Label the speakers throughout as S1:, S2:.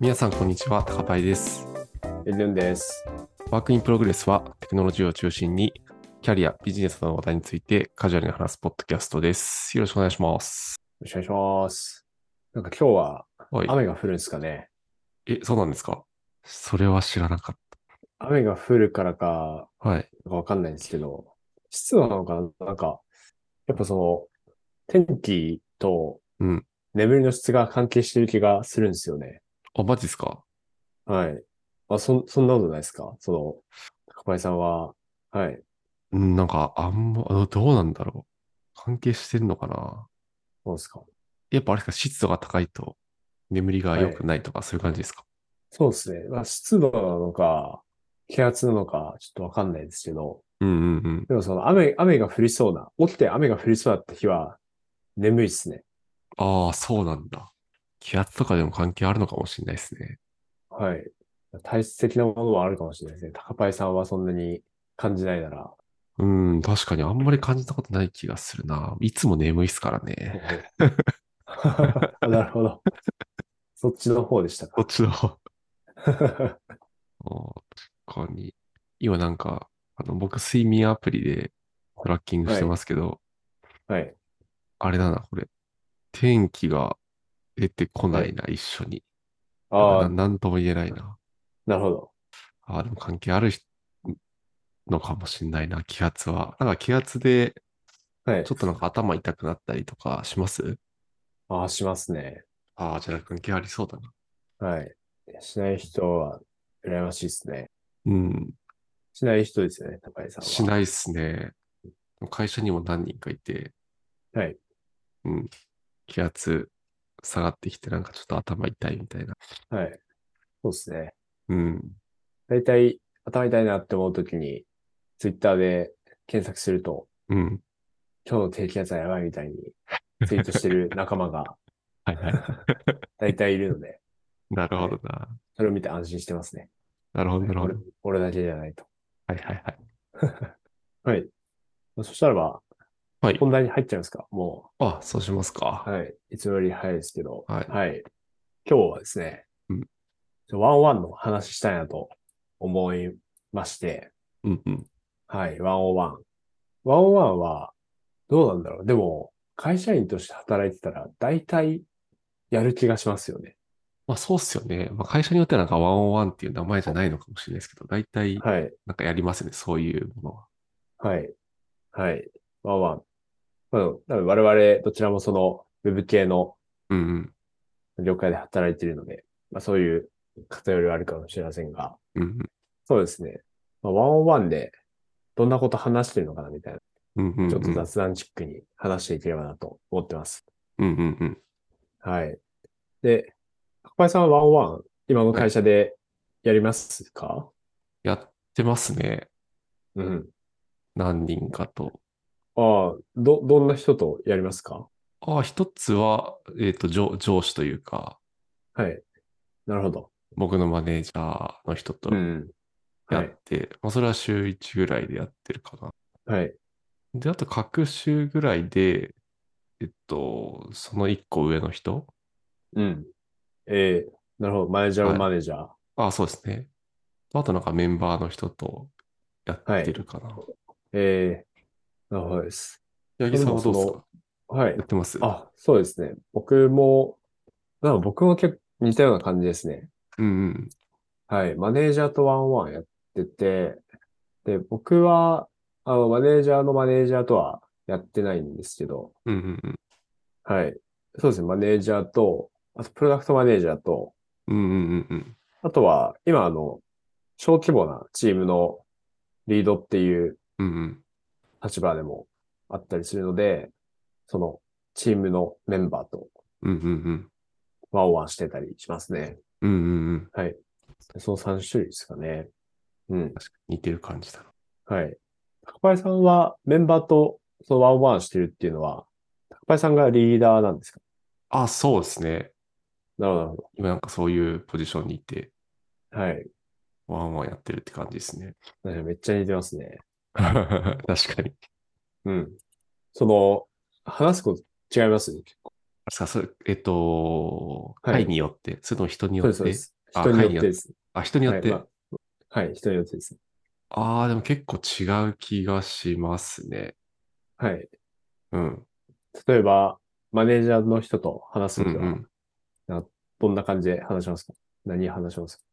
S1: 皆さん、こんにちは。高パイです。
S2: エルンです。
S1: ワークインプログレスはテクノロジーを中心にキャリア、ビジネスなどの話題についてカジュアルに話すポッドキャストです。よろしくお願いします。
S2: よろしくお願いします。なんか今日は
S1: はい。
S2: 雨が降るんですかね。
S1: え、そうなんですかそれは知らなかっ
S2: 雨が降るからか、
S1: た。はい。
S2: わかんないんですけど、湿度なのかななんか、やっぱその、天気と
S1: うん
S2: 眠りの質が関係してる気がするんですよね。
S1: あ、マジですか
S2: はい。あ、そ、そんなことないですかその、高林さんは、はい。
S1: うん、なんか、あんま、あどうなんだろう。関係してるのかな
S2: どうですか
S1: やっぱあれですか、湿度が高いと眠りが良くないとか、そういう感じですか
S2: そうですね。まあ、湿度なのか、気圧なのか、ちょっとわかんないですけど、
S1: うんうんうん。
S2: でもその雨、雨が降りそうな、起きて雨が降りそうだった日は、眠いっすね。
S1: ああ、そうなんだ。気圧とかでも関係あるのかもしれないですね。
S2: はい。体質的なものはあるかもしれないですね。高パイさんはそんなに感じない なら。
S1: うん、確かにあんまり感じたことない気がするな。いつも眠いっすからね。
S2: なるほど。そっちの方でした
S1: こっ
S2: か。
S1: ちの方。あー確かに。今なんか、あの、僕、睡眠アプリでトラッキングしてますけど、
S2: はい。
S1: あれだな、これ。天気が出てこないな、一緒に。
S2: あ
S1: な
S2: あ、
S1: なんとも言えないな。
S2: なるほど。
S1: ああ、でも関係ある人のかもしれないな、気圧は。なんか気圧で、
S2: はい
S1: ち。ょっとなんか頭痛くなったりとかします
S2: ああ、しますね。
S1: ああ、じゃあ関係ありそうだな。
S2: はい。しない人は、羨ましいですね。
S1: うん、
S2: しない人ですよね、高パイさんは。
S1: しないっすね。会社にも何人かいて、
S2: はい。
S1: うん。気圧下がってきて、なんかちょっと頭痛いみたいな。
S2: はい。そうですね。
S1: うん。
S2: 大体、頭痛いなって思うときに、ツイッターで検索すると、
S1: うん。
S2: 今日の低気圧はやばいみたいにツイートして る仲間が
S1: はいはい。
S2: 大体いるので、
S1: なるほどな。
S2: それを見て安心してますね。
S1: なるほど、なるほ
S2: 俺
S1: ど。
S2: 俺だけじゃないと。
S1: はいはいはい。
S2: はい。そしたらば、
S1: はい
S2: 本題に入っちゃいますか。も
S1: あ、そうします
S2: う、
S1: か。
S2: はい。いつもより早いですけど、
S1: はい
S2: 今日はですね、
S1: うん
S2: ちょワンワンの話したいなと思いまして、
S1: うんうん。
S2: はい、101。101は、どうなんだろう。でも、会社員として働いてたら、大体、やる気がしますよね。
S1: まあそうっすよね。まあ会社によってはなんか101っていう名前じゃないのかもしれないですけど、大体
S2: はい、
S1: なんかやりますね、そういうものは。
S2: はい、はい、101。まあ、多分我々、どちらもその、ウェブ系の
S1: うんうん。
S2: 業界で働いているので、まあ、そういう偏りはあるかもしれませんが、
S1: うん
S2: そうですね。まあ、101で、どんなこと話してるのかな、みたい
S1: うん。うんうんう
S2: な、
S1: ん。
S2: ちょっと雑談チックに話していければなと思ってます。
S1: うんうんうん。
S2: はい。で、高林さんはワンワン、今の会社でやりますか、
S1: やってますね。
S2: うん。
S1: 何人かと。
S2: ああ、ど、どんな人とやりますか
S1: ああ、一つは、えっと、上、上司というか、
S2: はい。なるほど。
S1: 僕のマネージャーの人と
S2: ん。
S1: や
S2: は
S1: っ
S2: い。
S1: て、まあ、それは週1ぐらいでやってるかな。
S2: はい。
S1: で、あと、各週ぐらいで、えっと、その1個上の人
S2: うん。ええなるほど。マネージャー
S1: は
S2: はいマネージャー。
S1: ああ、そうですね。あと、なんかメンバーの人とやってるかな。
S2: ええなるほどです。
S1: 八木さんはどうですか
S2: はい
S1: や。ってます
S2: あ、そうですね。僕も、なんか僕も結構似たような感じですね。
S1: うんうん。
S2: はい。マネージャーとワンワンやってて、で、僕は、あの、マネージャーのマネージャーとはやってないんですけど、
S1: うんうん
S2: はい。そうですね。マネージャーと、あと、プロダクトマネージャーと、
S1: うん。うんうんうんうん。
S2: あとは、今、あの、小規模なチームのリードっていう
S1: うんうん。
S2: 立場でもあったりするので、その、チームのメンバーと
S1: うんうんうん。
S2: ワンワンしてたりしますね。
S1: うんうんうん。
S2: その3種類ですかね。うん。
S1: 確かに似てる感じだな。
S2: はい。高林さんはメンバーとそのワンワンしてるっていうのは、高林さんがリーダーなんですか
S1: ああ、そうですね。
S2: なるほどなるほ
S1: 今なんかそういうポジションにいて、
S2: ど。はい。
S1: ワンワンやってるって感じです ね。
S2: なんかめっちゃ似てますね。
S1: 確かに。
S2: うん。その、話すこと違います結構。
S1: さ、それ、えっと、
S2: はい
S1: 会によって、それとも人に
S2: そう
S1: よ
S2: で
S1: っ
S2: す、そうで
S1: て、
S2: す。
S1: あ
S2: 人に
S1: 会によあ、人によ
S2: よってです。はい
S1: って、
S2: まあはい、人によってです。
S1: ああ、でも結構違う気がしますね。
S2: はい。
S1: うん。
S2: 例えば、マネージャーの人と話す
S1: うん
S2: とき
S1: う
S2: は、
S1: ん。
S2: どんな感じで話しますか何話しますか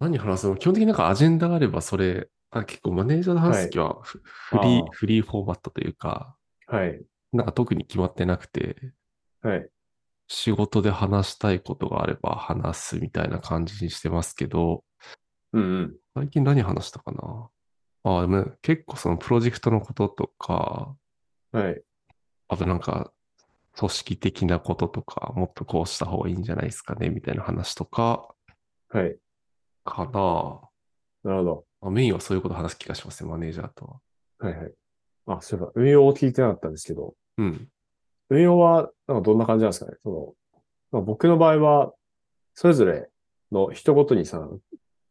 S1: 何話すの基本的になんかアジェンダがあれば、それ、あ結構マネージャーと話すときは、フフリ
S2: あ
S1: ー
S2: ー、
S1: フリーフォーマットというか、
S2: はい、
S1: なんか特に決まってなくて、
S2: はい、
S1: 仕事で話したいことがあれば話すみたいな感じにしてますけど、
S2: うんうん、
S1: 最近何話したかなああ、でもね結構そのプロジェクトのこととか、
S2: はい、
S1: あとなんか、組織的なこととか、もっとこうした方がいいんじゃないですかね、みたいな話とか、
S2: はい。
S1: かな。
S2: なるほど。
S1: まあメインはそういうこと話す気がしますね、マネージャーとは。
S2: はい、はい。あ、そういえば、運用を聞いてなかったんですけど、
S1: うん。
S2: 運用は、なんかどんな感じなんですかねその、まあ、僕の場合は、それぞれの人ごとにさ、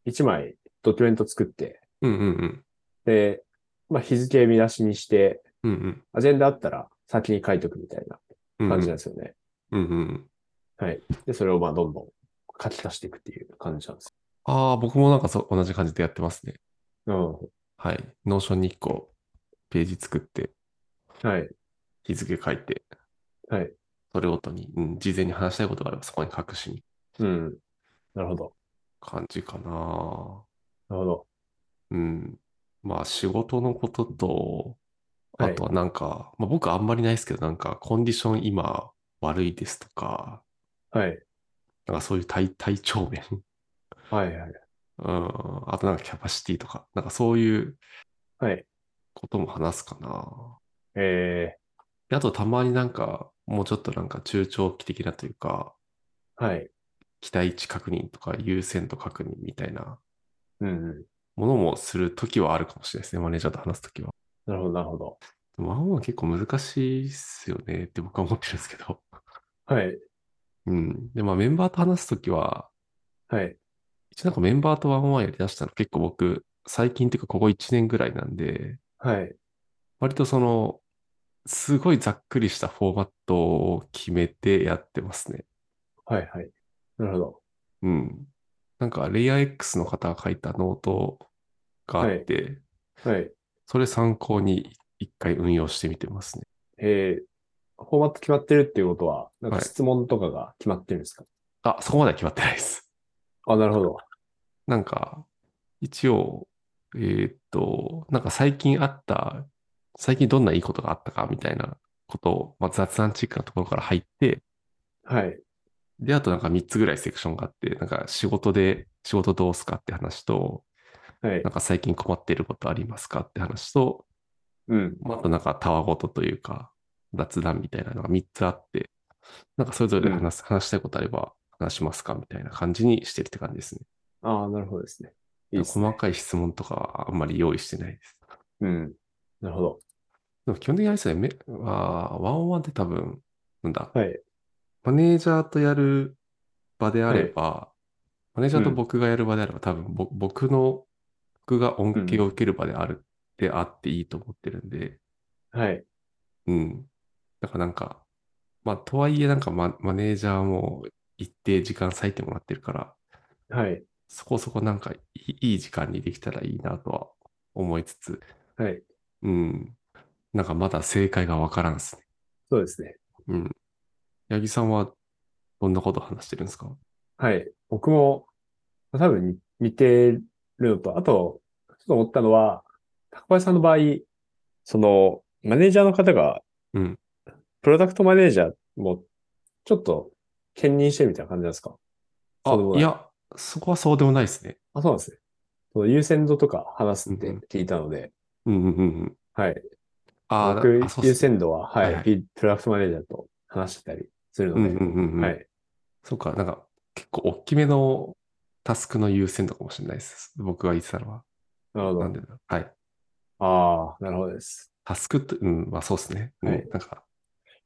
S2: 一枚ドキュメント作って、
S1: うんうんうん。
S2: で、まあ、日付見出しにして、
S1: うんうん。
S2: アジェンダあったら先に書いとくみたいな
S1: うんうん
S2: 感じなんですよね。
S1: うんうん。
S2: で、それをまあ、どんどん書き足していくっていう感じなんです。
S1: ああ、僕もなんかそう同じ感じでやってますね。
S2: うん。
S1: はい。ノーションに1個ページ作って、
S2: はい。
S1: 日付書いて、
S2: はい。
S1: それごとに、うん、事前に話したいことがあればそこに書くし、
S2: うん。なるほど。
S1: 感じかな。
S2: なるほど。
S1: うん。まあ仕事のことと、
S2: は
S1: あ
S2: い
S1: とはなんか、まあ僕あんまりないですけど、なんかコンディション今悪いですとか、
S2: はい。
S1: なんかそういう体、体調面。
S2: はい。はい。
S1: うん。あとなんかキャパシティとか、なんかそういう
S2: はい。
S1: ことも話すかな。
S2: え
S1: であとたまになんか、もうちょっとなんか中長期的なというか、
S2: ー、はい。
S1: 期待値確認とか優先度確認みたいな
S2: うんうん。
S1: ものもするときはあるかもしれないですね、マネージャーと話すときは。
S2: なるほど、なるほど。
S1: でもワンオンは結構難しいっすよねって僕は思ってるんですけど。
S2: はい。
S1: うん。で、まあメンバーと話すときは、
S2: はい。
S1: 一応なんかメンバーとワンオンワンやりだしたの結構僕、最近っていうかここ1年ぐらいなんで、
S2: はい。
S1: 割とその、すごいざっくりしたフォーマットを決めてやってますね。
S2: はい。はい。なるほど。
S1: うん。なんか、レイヤー X の方が書いたノートがあって、
S2: はい。
S1: それ参考に一回運用してみてますね。
S2: えー、フォーマット決まってるっていうことは、なんか
S1: はい
S2: 質問とかが決まってるんですか、
S1: あ、そこまでは決まってないです。
S2: あ、なるほど。
S1: なんか、一応、えーっと、なんか最近あった、最近どんないいことがあったかみたいなことを、まあ、雑談チックなところから入って、
S2: はい。
S1: で、あとなんか3つぐらいセクションがあって、なんか仕事で、仕事どうすかって話と、
S2: はい
S1: な。んか最近困っていることありますかって話と、
S2: うん。
S1: まああとなんか、たわごとというか、雑談みたいなのが3つあって、なんかそれぞれで話す、話したいことあれば話しますかみたいな感じにしてるって感じですね。
S2: ああ、なるほどですね。いいですね。
S1: 細かい質問とかはあんまり用意してないです。
S2: うん。なるほど。
S1: でも基本的にあれですよね、めあーワンオンワンって多分、なんだ、
S2: はい。
S1: マネージャーとやる場であれば、マネージャーと僕がやる場であれば、多分ぼ僕の、僕が恩恵を受ける場である、であっていいと思ってるんで、
S2: はい。
S1: うん。だからなんか、まあ、とはいえなんかマ、マネージャーも一定時間割いてもらってるから、
S2: はい。
S1: そこそこなんかいいいい時間にできたらいいなとは思いつつ、
S2: はい。
S1: うん。なんかまだ正解がわからんですね。
S2: そうですね。
S1: うん。八木さんはどんなこと話してるんですか
S2: はい。僕も、まあ多分に似てるのと、あと、ちょっと思ったのは、高林さんの場合、その、マネージャーの方が、
S1: うん
S2: プロダクトマネージャーも、ちょっと、兼任してるみたいな感じなんですか
S1: あ
S2: そうでも、ない
S1: いや、そこはそうでもないですね。
S2: あ、そうなんですね。その優先度とか話すって
S1: うんうん
S2: 聞いたので、
S1: うんうんうんうん。
S2: はい。
S1: あー
S2: 僕
S1: あ、そうっ
S2: 優
S1: すね。
S2: 先度は、は
S1: はい
S2: い、
S1: はい
S2: ピプロダクトマネージャーと話してたりする
S1: うんう
S2: の
S1: ん
S2: で、
S1: うんうん。
S2: はい。
S1: そうか、なんか結構大きめのタスクの優先度かもしれないです。僕が言ってたのは。
S2: なるほ
S1: な
S2: ど
S1: ん。でだろうはい。
S2: ああ、なるほどです。
S1: タスクって、うん、まあそうですね。うん
S2: はい
S1: なんか、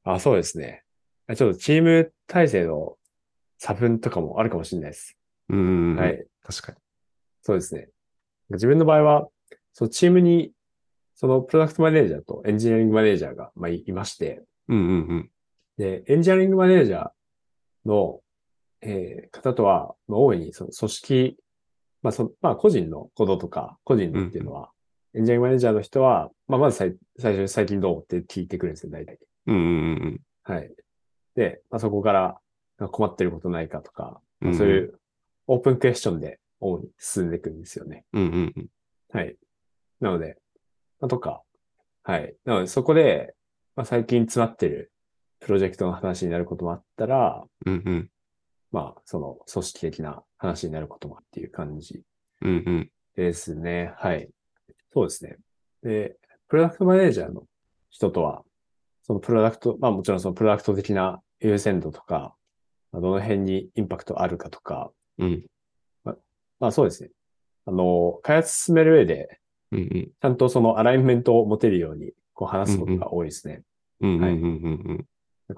S2: あ、そうですね。ちょっとチーム体制の差分とかもあるかもしれないです。
S1: うんうんうん、
S2: はい。
S1: 確かに。
S2: そうですね。自分の場合は、そのチームに、そのプロダクトマネージャーとエンジニアリングマネージャーが、まあ、いいまして、
S1: うんうんうん。
S2: でで、エンジニアリングマネージャーの、えー方とは、まあ大いにその組織、まあそ、まあ個人のこととか、個人のっていうのは、エンジニアリングマネージャーの人は、まあまず最最初に最近どうって聞いてくるんですよ、大体。
S1: うんうん
S2: はい。で、まあ、そこからなんか困ってることないかとか、まあ
S1: うん
S2: そういうオープンクエスチョンで主に進んでいくんですよね。
S1: うん。うんうんうん。
S2: はい。なので、まあ、とか、はい。なので、そこで、まあ、最近詰まってるプロジェクトの話になることもあったら、
S1: うんうん。
S2: まあ、その組織的な話になることもっていう感じ
S1: うんうん。
S2: ですね。はい。そうですね。で、プロダクトマネージャーの人とは、そのプロダクト、まあもちろんそのプロダクト的な優先度とか、まあどの辺にインパクトあるかとか、
S1: うん
S2: まあそうですね。あの、開発進める上で、
S1: うんうん。
S2: ちゃんとそのアライメントを持てるように、こう話すことが多いですね。
S1: うんうんうんうん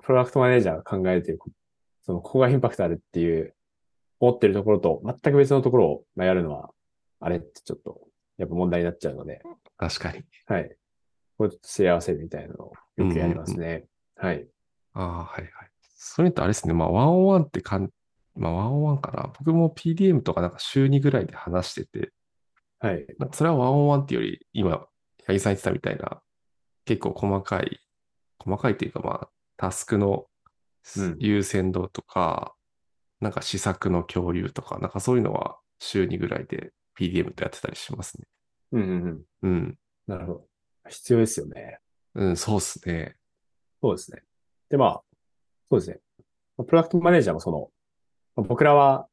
S2: プロダクトマネージャーが考えていること、その、ここがインパクトあるっていう、思ってるところと全く別のところをまあやるのは、あれってちょっと、やっぱ問題になっちゃうので、
S1: 確かに。
S2: はい。これちょっと幸せみたいなのをよくやりますね。はい。
S1: ああ、はいはい。それとあれですね、まあ、ワンオンワンってかん、まあ、ワンオンワンかな。僕も PDM とかなんか週2ぐらいで話してて、
S2: はい。
S1: なんかそれはワンオンワンっていうより、今、八木さん言ってたみたいな、結構細かい、細かいというか、まあ、タスクの
S2: うん
S1: 優先度とか、なんか施策の共有とか、なんかそういうのは週2ぐらいで PDM とやってたりしますね。
S2: うんうんうん。
S1: うん。
S2: なるほど。必要ですよね。
S1: うん、そうっすね。
S2: そうですね。で、まあ、そうですね。まあプロダクトマネージャーもその、まあ僕らは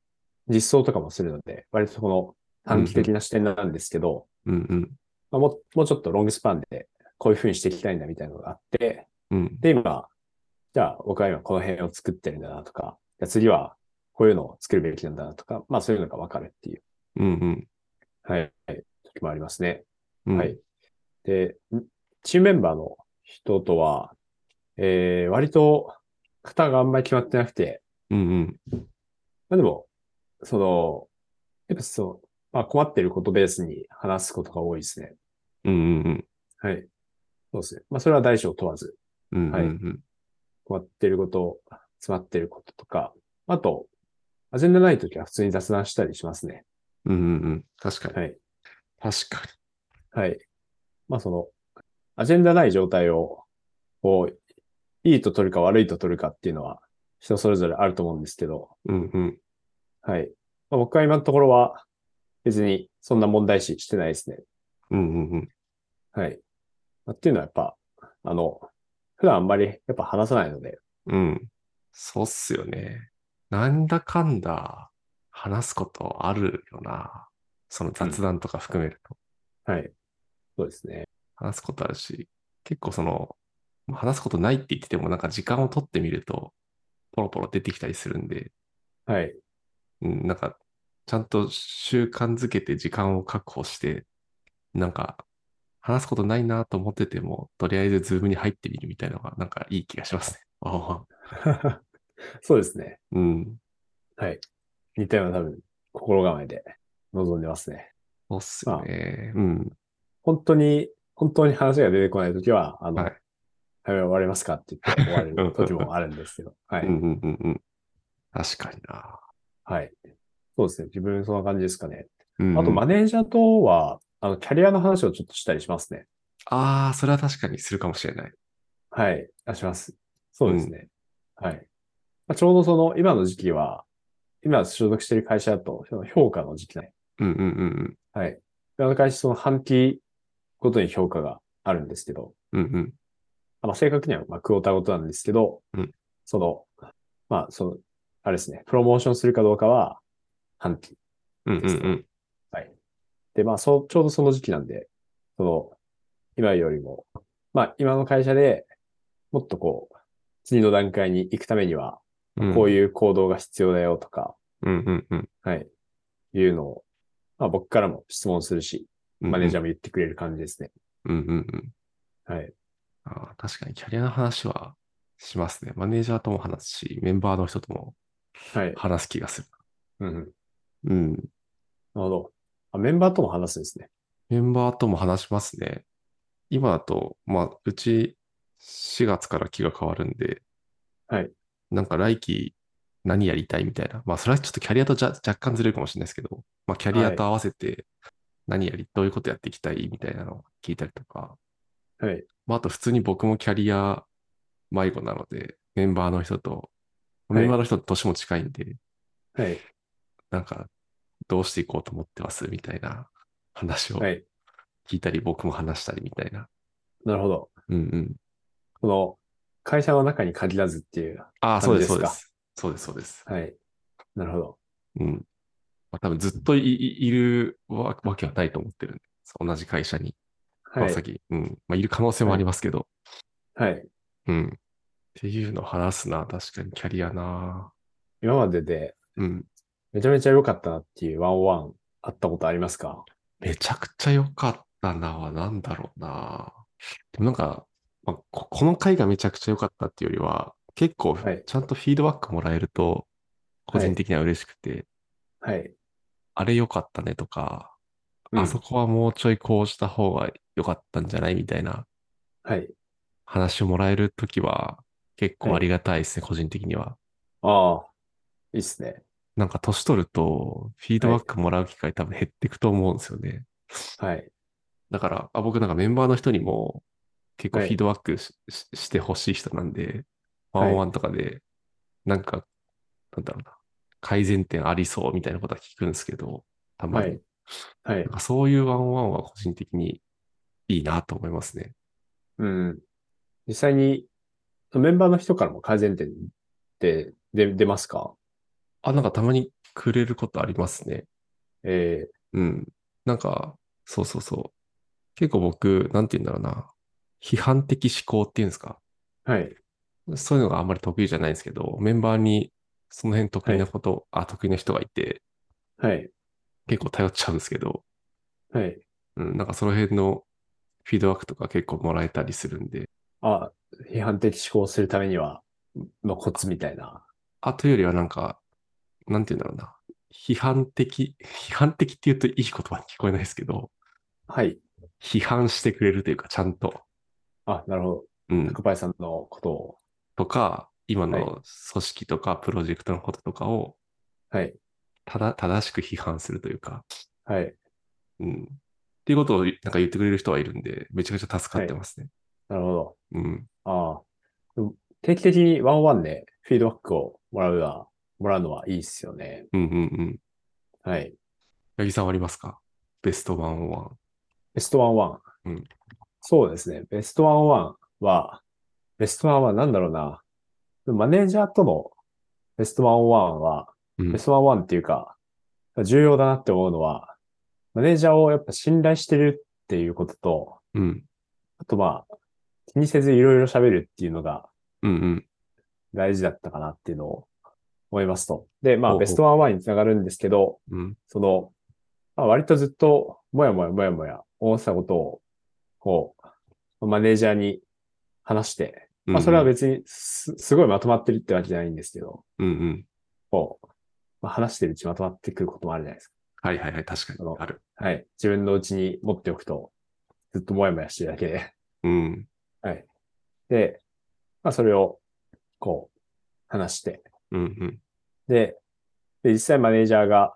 S2: 実装とかもするので、割とそこの短期的な視点なんですけど、
S1: うんうん。
S2: まあ、もうもうちょっとロングスパンでこういう風にしていきたいんだみたいなのがあって、
S1: うん。
S2: で、今、じゃあ僕は今この辺を作ってるんだなとか、じゃあ次はこういうのを作るべきなんだなとか、まあそういうのがわかるっていう、
S1: うんうん。
S2: はい、はい時もありますね。
S1: うん
S2: はい。。で、んチームメンバーの人とは、えー、割と型があんまり決まってなくて、
S1: うんうん。
S2: まあでも、その、やっぱそう、まあ困ってることベースに話すことが多いですね。
S1: うんうんうん。
S2: はい。そうですね。まあそれは大小問わず、
S1: うんうん
S2: はい
S1: うん。
S2: 困ってること、詰まってることとか、あと、アジェンダないときは普通に雑談したりしますね。
S1: うんうんうん。確かに。
S2: はい。
S1: 確か
S2: はい。まあその、アジェンダない状態を、こう、いいと取るか悪いと取るかっていうのは人それぞれあると思うんですけど、
S1: に。うんうん。
S2: はい。まあ、僕は今のところは別にそんな問題視してないですね。
S1: うんうんうん。
S2: はい。まあっていうのはやっぱ、あの、普段あんまりやっぱ話さないので、
S1: うん。そうっすよね。なんだかんだ話すことあるよな。その雑談とか含めると。
S2: はい。そうですね。
S1: 話すことあるし、結構その、話すことないって言ってても、なんか時間を取ってみると、ポロポロ出てきたりするんで、
S2: はい。
S1: うん、なんか、ちゃんと習慣づけて時間を確保して、なんか、話すことないなと思ってても、とりあえずズームに入ってみるみたいなのが、なんかいい気がしますね。わんわん
S2: そうですね。
S1: うん。
S2: 似たような多分、心構えで臨んでますね。
S1: そうっすよね。うん。
S2: 本当に、本当に話が出てこないときは、あの、
S1: は
S2: はい
S1: い、
S2: 終わりますかって言って終わ れる時もあるんですけど、はい、
S1: うんうんうんうん。確かにな。
S2: はい。そうですね。自分そんな感じですかね。
S1: うん
S2: あと、マ
S1: あ
S2: ネージャーとは、あの、キャリアの話をちょっとしたりしますね。
S1: あー、それは確かにするかもしれない。
S2: はい。あします。そうですね。はい。まあ、ちょうどその、今の時期は、今所属している会社だと、その評価の時期ね。
S1: うんうんうん
S2: はい。あの会社、その半期ごとに評価があるんですけど、
S1: うん。うんうん。
S2: まあ、正確には、まあ、クオーターごとなんですけど、
S1: うん
S2: その、まあ、その、あれですね、プロモーションするかどうかは、半期。
S1: うんうんうん。
S2: で、まあ、そう、ちょうどその時期なんで、その、今よりも、まあ、今の会社でもっとこう、次の段階に行くためには、こう
S1: い
S2: いう行動が必要だよとか、
S1: うん。うんうんうん。
S2: はい、いうのを、まあ、僕からも質問するし、マネージ
S1: ー。
S2: ャーも言ってくれる感じですね。
S1: うんうんうん。
S2: はい。
S1: ああ、確かにキャリアの話はしますね。マネージャーとも話すし、メンバーの人とも
S2: はい。
S1: 話す気がする。
S2: うんうん。なる
S1: うん。
S2: ほど。あメンバーとも話すんですね。
S1: メンバーとも話しますね。今だと、まあ、うち4月から気が変わるんで、
S2: はい
S1: なんか来期何やりたいみたいな。まあ、それはちょっとキャリアとじゃ若干ずれるかもしれないですけど、まあ、キャリアと合わせて何やり、どういうことやっていきたいみたいなのを聞いたりとか、
S2: はい。
S1: まあ、あと普通に僕もキャリア迷子なので、メンバーの人と、
S2: はい
S1: メンバーの人と年も近いんで、
S2: はい。
S1: なんか、どうしていこうと思ってますみたいな話を
S2: はい。
S1: 聞いたり、僕も話したりみたいな。
S2: なるほど。
S1: うんうん。
S2: この、会社の中に限らずっていう。
S1: ああ、そうです、そう
S2: 感じ
S1: で
S2: です
S1: す。そうです、そうです。
S2: はい。なるほど。
S1: うん。まあ、多分ずっといいいるわわけはないと思ってるんで、同じ会社に。ま
S2: は
S1: あ、
S2: い。
S1: 先、うん。まあ、いる可能性もありますけど、
S2: はい。
S1: うん。っていうのを話すな、確かにキャリアな。
S2: 今までで、
S1: うん。
S2: めちゃめちゃ良かったなっていうワンワンあったことありますか
S1: めちゃくちゃ良かったなは何だろうな。でもなんか、まあこ、この回がめちゃくちゃ良かったっていうよりは、結構
S2: はい
S1: ちゃんとフィードバックもらえると、個人的には嬉しくて、
S2: はい。
S1: あれ良かったねとか、
S2: うん
S1: あそこはもうちょいこうした方が良かったんじゃないみたいな
S2: はい。
S1: 話をもらえるときは、結構
S2: はい
S1: ありがたいですね、個人的には。
S2: ああ、いいっすね。
S1: なんか年取ると、フィードバックもらう機会多分減っていくと思うんですよね。
S2: はい。
S1: だから、あ、僕なんかメンバーの人にも結構フ
S2: は
S1: ィ
S2: い
S1: ードバックし,し、してほしい人なんで、ワ
S2: はい
S1: ンオンワンとかで、なんか、なんだろうな、改善点ありそうみたいなことは聞くんですけど、たま
S2: は
S1: に
S2: い。。はい
S1: なん。かそういうワンオンワンは個人的にいいなと思いますね。
S2: うん。実際に、メンバーの人からも改善点って出、出ますか
S1: あ、なんかたまにくれることありますね。
S2: え
S1: うん。なんか、そうそうそう。結構僕、なんて言うんだろうな、批判的思考っていうんですか。
S2: えはい。
S1: そういうのがあんまり得意じゃないんですけど、メンバーにその辺得意なこと、あ、得意な人がいて、
S2: はい。
S1: 結構頼っちゃうんですけど、
S2: はい。
S1: うん、なんかその辺のフィードバックとか結構もらえたりするんで、
S2: あ、批判的思考をするためには、のコツみたいな。
S1: あというよりはなんか、なんて言うんだろうな、批判的、批判的って言うといい言葉に聞こえないですけど、
S2: はい。
S1: 批判してくれるというか、ちゃんと、
S2: あ、なるほ
S1: う
S2: ど。
S1: ん、
S2: 高林さんのことを。
S1: とか、今
S2: はい
S1: の組織とかプロジェクトのこととかを、
S2: はい。
S1: ただ、正しく批判するというか、
S2: はい。
S1: うん。っていうことをなんか言ってくれる人はいるんで、めちゃくちゃ助かってますね。
S2: なるほど。
S1: うん。
S2: ああ。でも定期的にワンオンワンでフィードバックをもらうのは、もらうのはいいっすよね。
S1: うんうんうん。
S2: はい。
S1: 八木さんはありますかベストワンオンワン。
S2: ベストワンワン。
S1: うん
S2: そうですね。ベストワンワンは、ベストワンワンなんだろうな。マネージャーとのベストワンワンは、
S1: うん
S2: ベストワンワンっていうか、重要だなって思うのは、マネージャーをやっぱ信頼してるっていうことと、
S1: うん。
S2: あとまあ、気にせずいろいろ喋るっていうのが
S1: うんうん。
S2: 大事だったかなっていうのを思いますと。で、ま
S1: ほうほ
S2: あ、
S1: う
S2: ベストワンワンにつながるんですけど、
S1: うん。
S2: その、まあ、割とずっと、もやもやもやもや、思ってたことを、こう、マネージャーに話して、まあ、それは別にす、すごいまとまってるってわけじゃないんですけど、
S1: うんうん。
S2: こう、まあ、話してるうちまとまってくることもあるじゃないです
S1: はいはいはい、確か
S2: あ
S1: に。
S2: の
S1: ある。
S2: か。はい。自分のうちに持っておくと、ずっともやもやしてるだけで。
S1: うん。
S2: はい。で、まあ、それを、こう、話して。
S1: うんうん。
S2: で、で、実際マネージャーが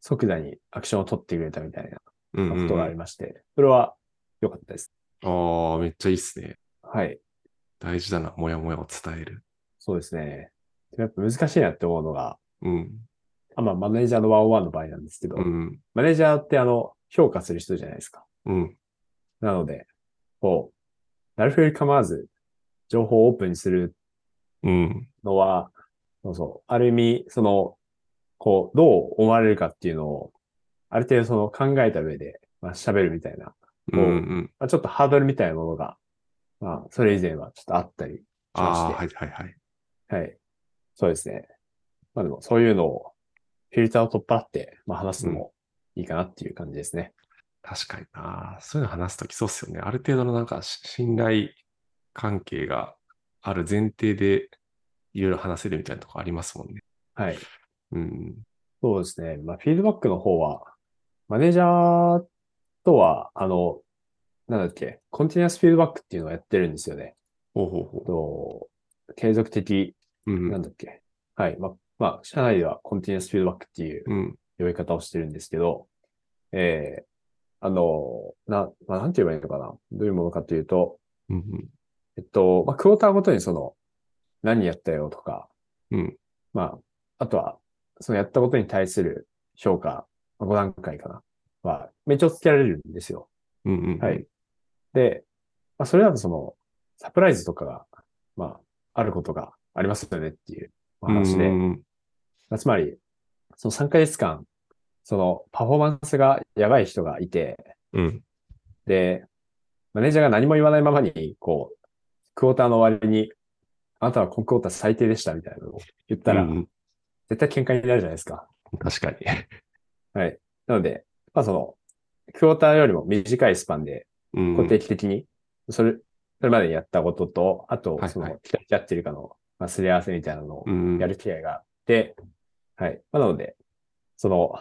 S2: 即座にアクションを取ってくれたみたいな
S1: うんうんう
S2: こ
S1: ん
S2: とがありまして、それは良かったです。
S1: ああ、めっちゃいいっすね。
S2: はい。
S1: 大事だな、もやもやを伝える。
S2: そうですね。でもやっぱ難しいなって思うのが、
S1: うん。
S2: あまあ、マネージャーのワンオンワンの場合なんですけど、
S1: うん。
S2: マネージャーってあの、評価する人じゃないですか。
S1: うん。
S2: なので、こう、なるべく構わず、情報をオープンにする
S1: うん。
S2: のは、そうそう、ある意味、その、こう、どう思われるかっていうのを、ある程度その考えた上で、まあ、喋るみたいな、
S1: うんうん。
S2: まあ、ちょっとハードルみたいなものが、まあ、それ以前はちょっとあったりしま
S1: ああ
S2: し
S1: ー、
S2: て、
S1: はいはいはい。
S2: はい。そうですね。まあでも、そういうのを、フィルターを取っ払って、まあ話すのもいいかなっていう感じですね。
S1: 確かにな。そういうの話すときそうっすよね。ある程度のなんかし信頼関係がある前提でいろいろ話せるみたいなとこありますもんね。
S2: はい。
S1: うん。
S2: そうですね。まあ、フィードバックの方は、マネージャーとは、あの、なんだっけ、コンティニュアスフィードバックっていうのをやってるんですよね。
S1: ほうほうほう。
S2: と継続的
S1: うん
S2: なんだっけ。はい。まあ、まあ、社内ではコンティニュースフィードバックっていう
S1: うん。
S2: 呼び方をしてるんですけど、えーあの、な、まあ、なんて言えばいいのかな。どういうものかというと、
S1: うん。
S2: えっと、まあ、クォーターごとにその、何やったよとか、
S1: うん。
S2: まあ、あとは、そのやったことに対する評価、まあ5段階かな、は、めっちゃつけられるんですよ。
S1: うん。うん。
S2: は。い。で、まあ、それだとその、サプライズとかが、まあ、あることがありますよねっていうお話で、
S1: うん。
S2: まあつまり、その3ヶ月間、そのパフォーマンスがやばい人がいて、
S1: うん。
S2: で、マネージャーが何も言わないままに、こう、クォーターの終わりに、あなたは今クォーター最低でしたみたいなのを言ったら
S1: う、ん
S2: 絶対喧嘩になるじゃないですか。
S1: 確かに。
S2: はい。なので、まあその、クォーターよりも短いスパンで、
S1: うん。
S2: こう定期的に、それ、それまでにやったことと、あと
S1: はいは、い
S2: その、ピタピタっていうかの、まあ、すり合わせみたいなのを
S1: うん。
S2: やる機会があって、はい。まあ、なので、その、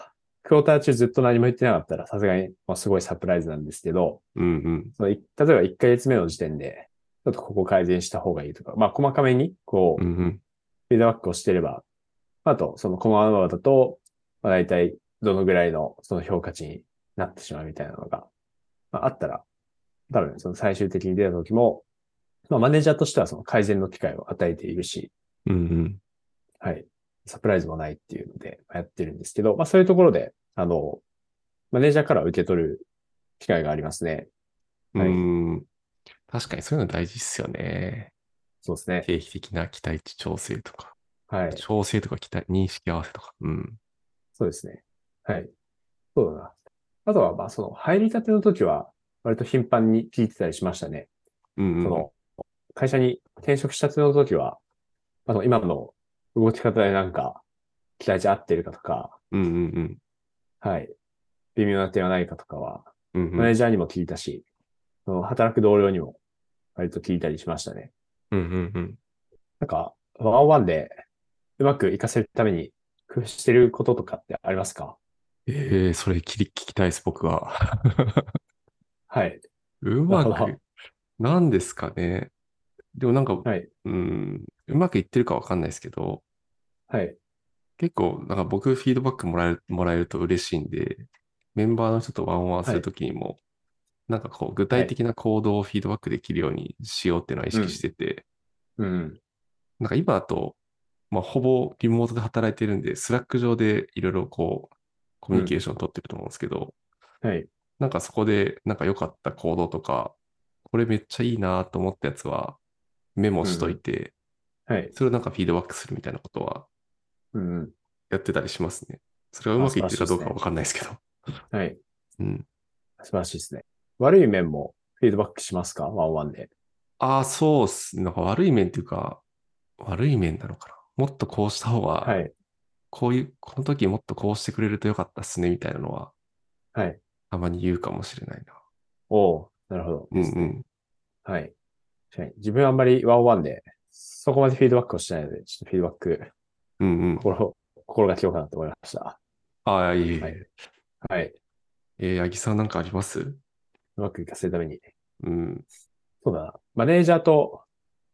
S2: クォーター中ずっと何も言ってなかったら、さすがに、まあ、すごいサプライズなんですけど、
S1: うん。うん。
S2: そのい例えば1ヶ月目の時点で、ちょっとここ改善した方がいいとか、まあ、細かめに、こう
S1: う、ん。うん。
S2: フィードバックをしてれば、あと、そのコマワードだと、まあ、大体どのぐらいのその評価値になってしまうみたいなのが、まあ、あったら、多分その最終的に出た時も、まあ、マネージャーとしてはその改善の機会を与えているし、
S1: うん。うん。
S2: はい。サプライズもないっていうのでまあやってるんですけど、まあそういうところで、あの、マネージャーから受け取る機会がありますね。はい
S1: うん。確かにそういうの大事っすよね。
S2: そうですね。
S1: 定期的な期待値調整とか、
S2: はい。
S1: 調整とか期待、認識合わせとか。うん。
S2: そうですね。はい。そうだな。あとは、まあその入りたての時は、割と頻繁に聞いてたりしましたね。
S1: うんうん。
S2: その、会社に転職したての時は、あの、今の動き方でなんか、期待値合ってるかとか、
S1: うんうん
S2: はい、微妙な点はないかとかは、
S1: うん。うん
S2: マネージャーにも聞いたし、その働く同僚にも割と聞いたりしましたね。
S1: うんうんうん。
S2: なんか、ワンオンワンでうまく活かせるために工夫してることとかってありますか
S1: ええ、それきり聞きたいです、僕は。
S2: はい。
S1: うま
S2: なるほど
S1: く、 なんですかね。でもなんか、
S2: はい。
S1: うん、うまくいってるかわかんないですけど、
S2: はい。
S1: 結構、なんか僕フィードバックもらえる、もらえると嬉しいんで、メンバーの人とワンオンワンするときにも、なんかこう、具体的な行動をフィードバックできるようにしようっていうのは意識してて、
S2: うん。
S1: なんか今だと、まあ、ほぼリモートで働いてるんで、スラック上でいろいろこう、コミュニケーション取ってると思うんですけど、
S2: はい。
S1: なんかそこで、なんか良かった行動とか、これめっちゃいいなと思ったやつはメモしといて、
S2: はい。
S1: それをなんかフィードバックするみたいなことは
S2: うん。
S1: やってたりしますね。それがうまくいってるかどうかわかんないですけど。
S2: はい。
S1: うん。
S2: 素晴らしいですね。悪い面もフィードバックしますかワンオンワンで。
S1: ああ、そうっすね。なんか悪い面っていうか、悪い面なのかな。もっとこうした方
S2: は
S1: が、
S2: い。
S1: こういう、この時もっとこうしてくれると良かったっすね、みたいなのは、
S2: はい。
S1: たまに言うかもしれないな。
S2: おおなるほど。
S1: うん
S2: で
S1: う
S2: すね。
S1: ん。
S2: はい。確かに。自分はあんまりワンオンワンで、そこまでフィードバックをしてないので、ちょっとフィードバック、
S1: うんうん。
S2: 心、心がけようかなと思いました。
S1: ああ、いえい
S2: は
S1: え
S2: い。はい。
S1: えー、八木さんなんかあります
S2: うまくいかせるために。
S1: うん。
S2: そうだな。マネージャーと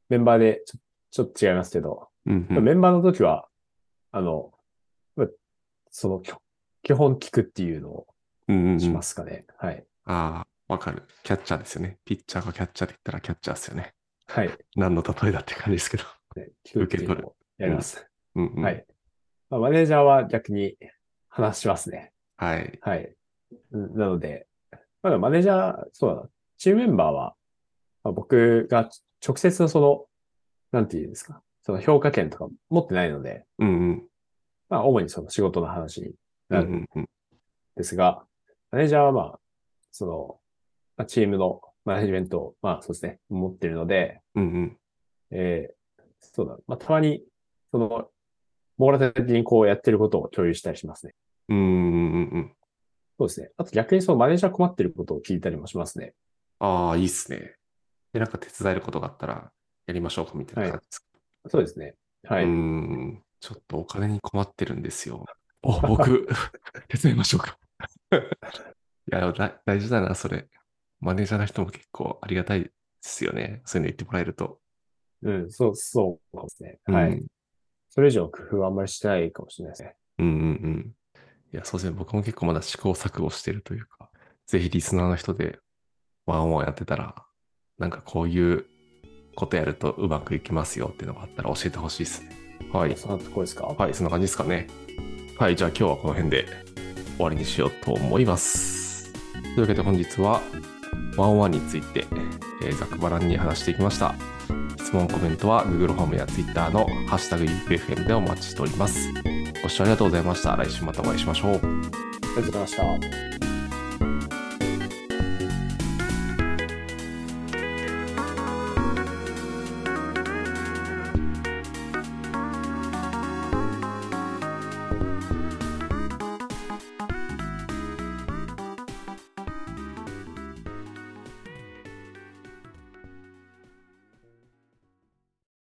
S2: メンバーでちょ、ちょっと違いますけど、
S1: うんうん。
S2: メンバーの時は、あの、まその、きょ基本聞くっていうのを
S1: うんうんうん
S2: しますかね。はい。
S1: ああ、わかる。キャッチャーですよね。ピッチャーがキャッチャーで言ったらキャッチャーですよね。
S2: はい。
S1: 何の例えだって感じですけど。
S2: ね聞くっていうのをやります。
S1: うんうん
S2: はい。まあマネージャーは逆に話しますね。
S1: はい。
S2: はい。うんなので、まだマネージャー、そうだな、チームメンバーは、まあ、僕が直接のその、なんていうんですか、その評価権とか持ってないので、
S1: うんうん。
S2: まあ、主にその仕事の話になる
S1: うんんうんうん。
S2: ですが、マネージャーはまあ、その、まあ、チームのマネジメントを、まあそうですね、持ってるので、
S1: うんうん。
S2: えーそうだ、まあ、たまに、その、網羅的にこうやってることを共有したりしますね。
S1: うんうんうんうん。
S2: そうですね。あと逆にそのマネージャー困ってることを聞いたりもしますね。
S1: ああ、いいっすね。で、なんか手伝えることがあったらやりましょうかみたいな感じですか。
S2: そうですね。はい。
S1: うん。ちょっとお金に困ってるんですよ。お、僕、 手伝いましょうか。 いや、でもだ大事だな、それ。マネージャーの人も結構ありがたいですよね。そういうの言ってもらえると。
S2: うん、そう、そうですね。
S1: うん
S2: はい。。それ以上の工夫はあんまりしてないかもしれないですね。
S1: うんうんうん。いや、そうですね。僕も結構まだ試行錯誤してるというか、ぜひリスナーの人でワンオンワンやってたら、なんかこういうことやるとうまくいきますよっていうのがあったら教えてほしいですね。はい。
S2: そんなところですか
S1: はい、そんな感じですかね。はい、じゃあ今日はこの辺で終わりにしようと思います。というわけで本日は、ワンオンワンについて、えーざっくばらんに話していきました。質問、コメントは Google フォームや Twitter のハッシュタグ UFFM でお待ちしております。ご視聴ありがとうございました。来週またお会いしましょう。
S2: ありがとうございました。